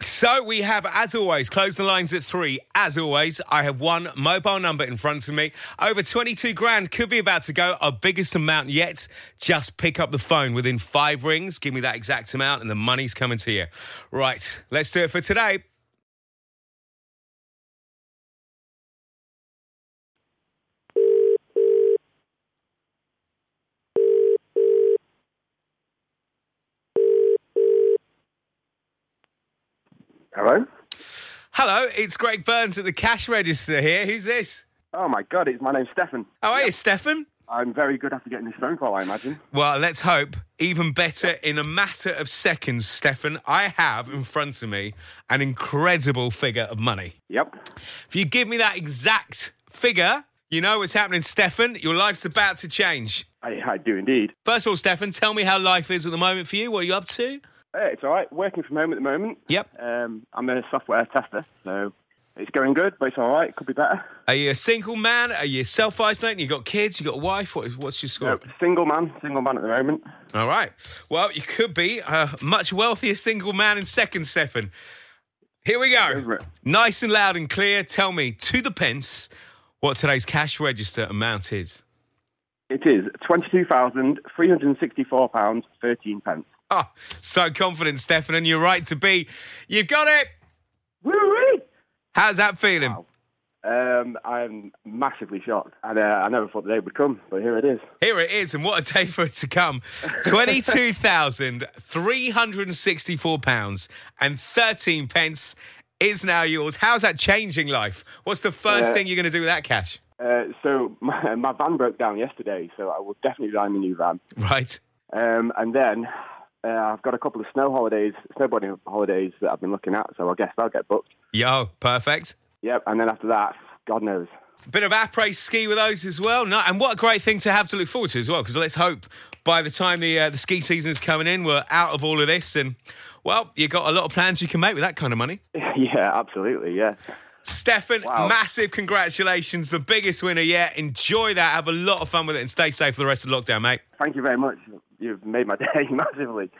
So we have, as always, closed the lines at three. As always, I have one mobile number in front of me. Over 22 grand could be about to go, our biggest amount yet. Just pick up the phone within five rings. Give me that exact amount, and the money's coming to you. Right, let's do it for today. Hello? Hello, it's Greg Burns at the cash register here. Who's this? Oh my God, it's my name's Stefan. How are you, Stefan? I'm very good after getting this phone call, I imagine. Well, let's hope even better in a matter of seconds, Stefan. I have in front of me an incredible figure of money. Yep. If you give me that exact figure, you know what's happening, Stefan. Your life's about to change. I, I do indeed. First of all, Stefan, tell me how life is at the moment for you. What are you up to? Hey, it's all right. Working from home at the moment. Yep. Um, I'm a software tester, so it's going good, but it's all right. Could be better. Are you a single man? Are you self isolating? You got kids? You got a wife? What, what's your score? So, single man, single man at the moment. All right. Well, you could be a much wealthier single man in second, Stefan. Here we Over go. it. Nice and loud and clear. Tell me to the pence what today's cash register amount is. It is £22,364.13. pence. Oh, so confident, Stefan, and you're right to be. You've got it. Woo-wee! How's that feeling? Wow. Um, I'm massively shocked, and uh, I never thought the day would come, but here it is. Here it is, and what a day for it to come. £22,364 and 13 pence is now yours. How's that changing life? What's the first Uh, thing you're going to do with that cash? Uh, so my, my van broke down yesterday, so I will definitely buy me a new van. Right. Um, and then uh, I've got a couple of snow holidays, snowboarding holidays that I've been looking at, so I guess they'll get booked. Yo, perfect. Yep, and then after that, God knows. Bit of après ski with those as well. No, and what a great thing to have to look forward to as well. Because let's hope by the time the uh, the ski season's coming in, we're out of all of this, and well, you got a lot of plans you can make with that kind of money. yeah, absolutely, yeah. Stefan, Wow. massive congratulations, the biggest winner yet. Enjoy that, have a lot of fun with it, and stay safe for the rest of the lockdown, mate. Thank you very much. You've made my day massively.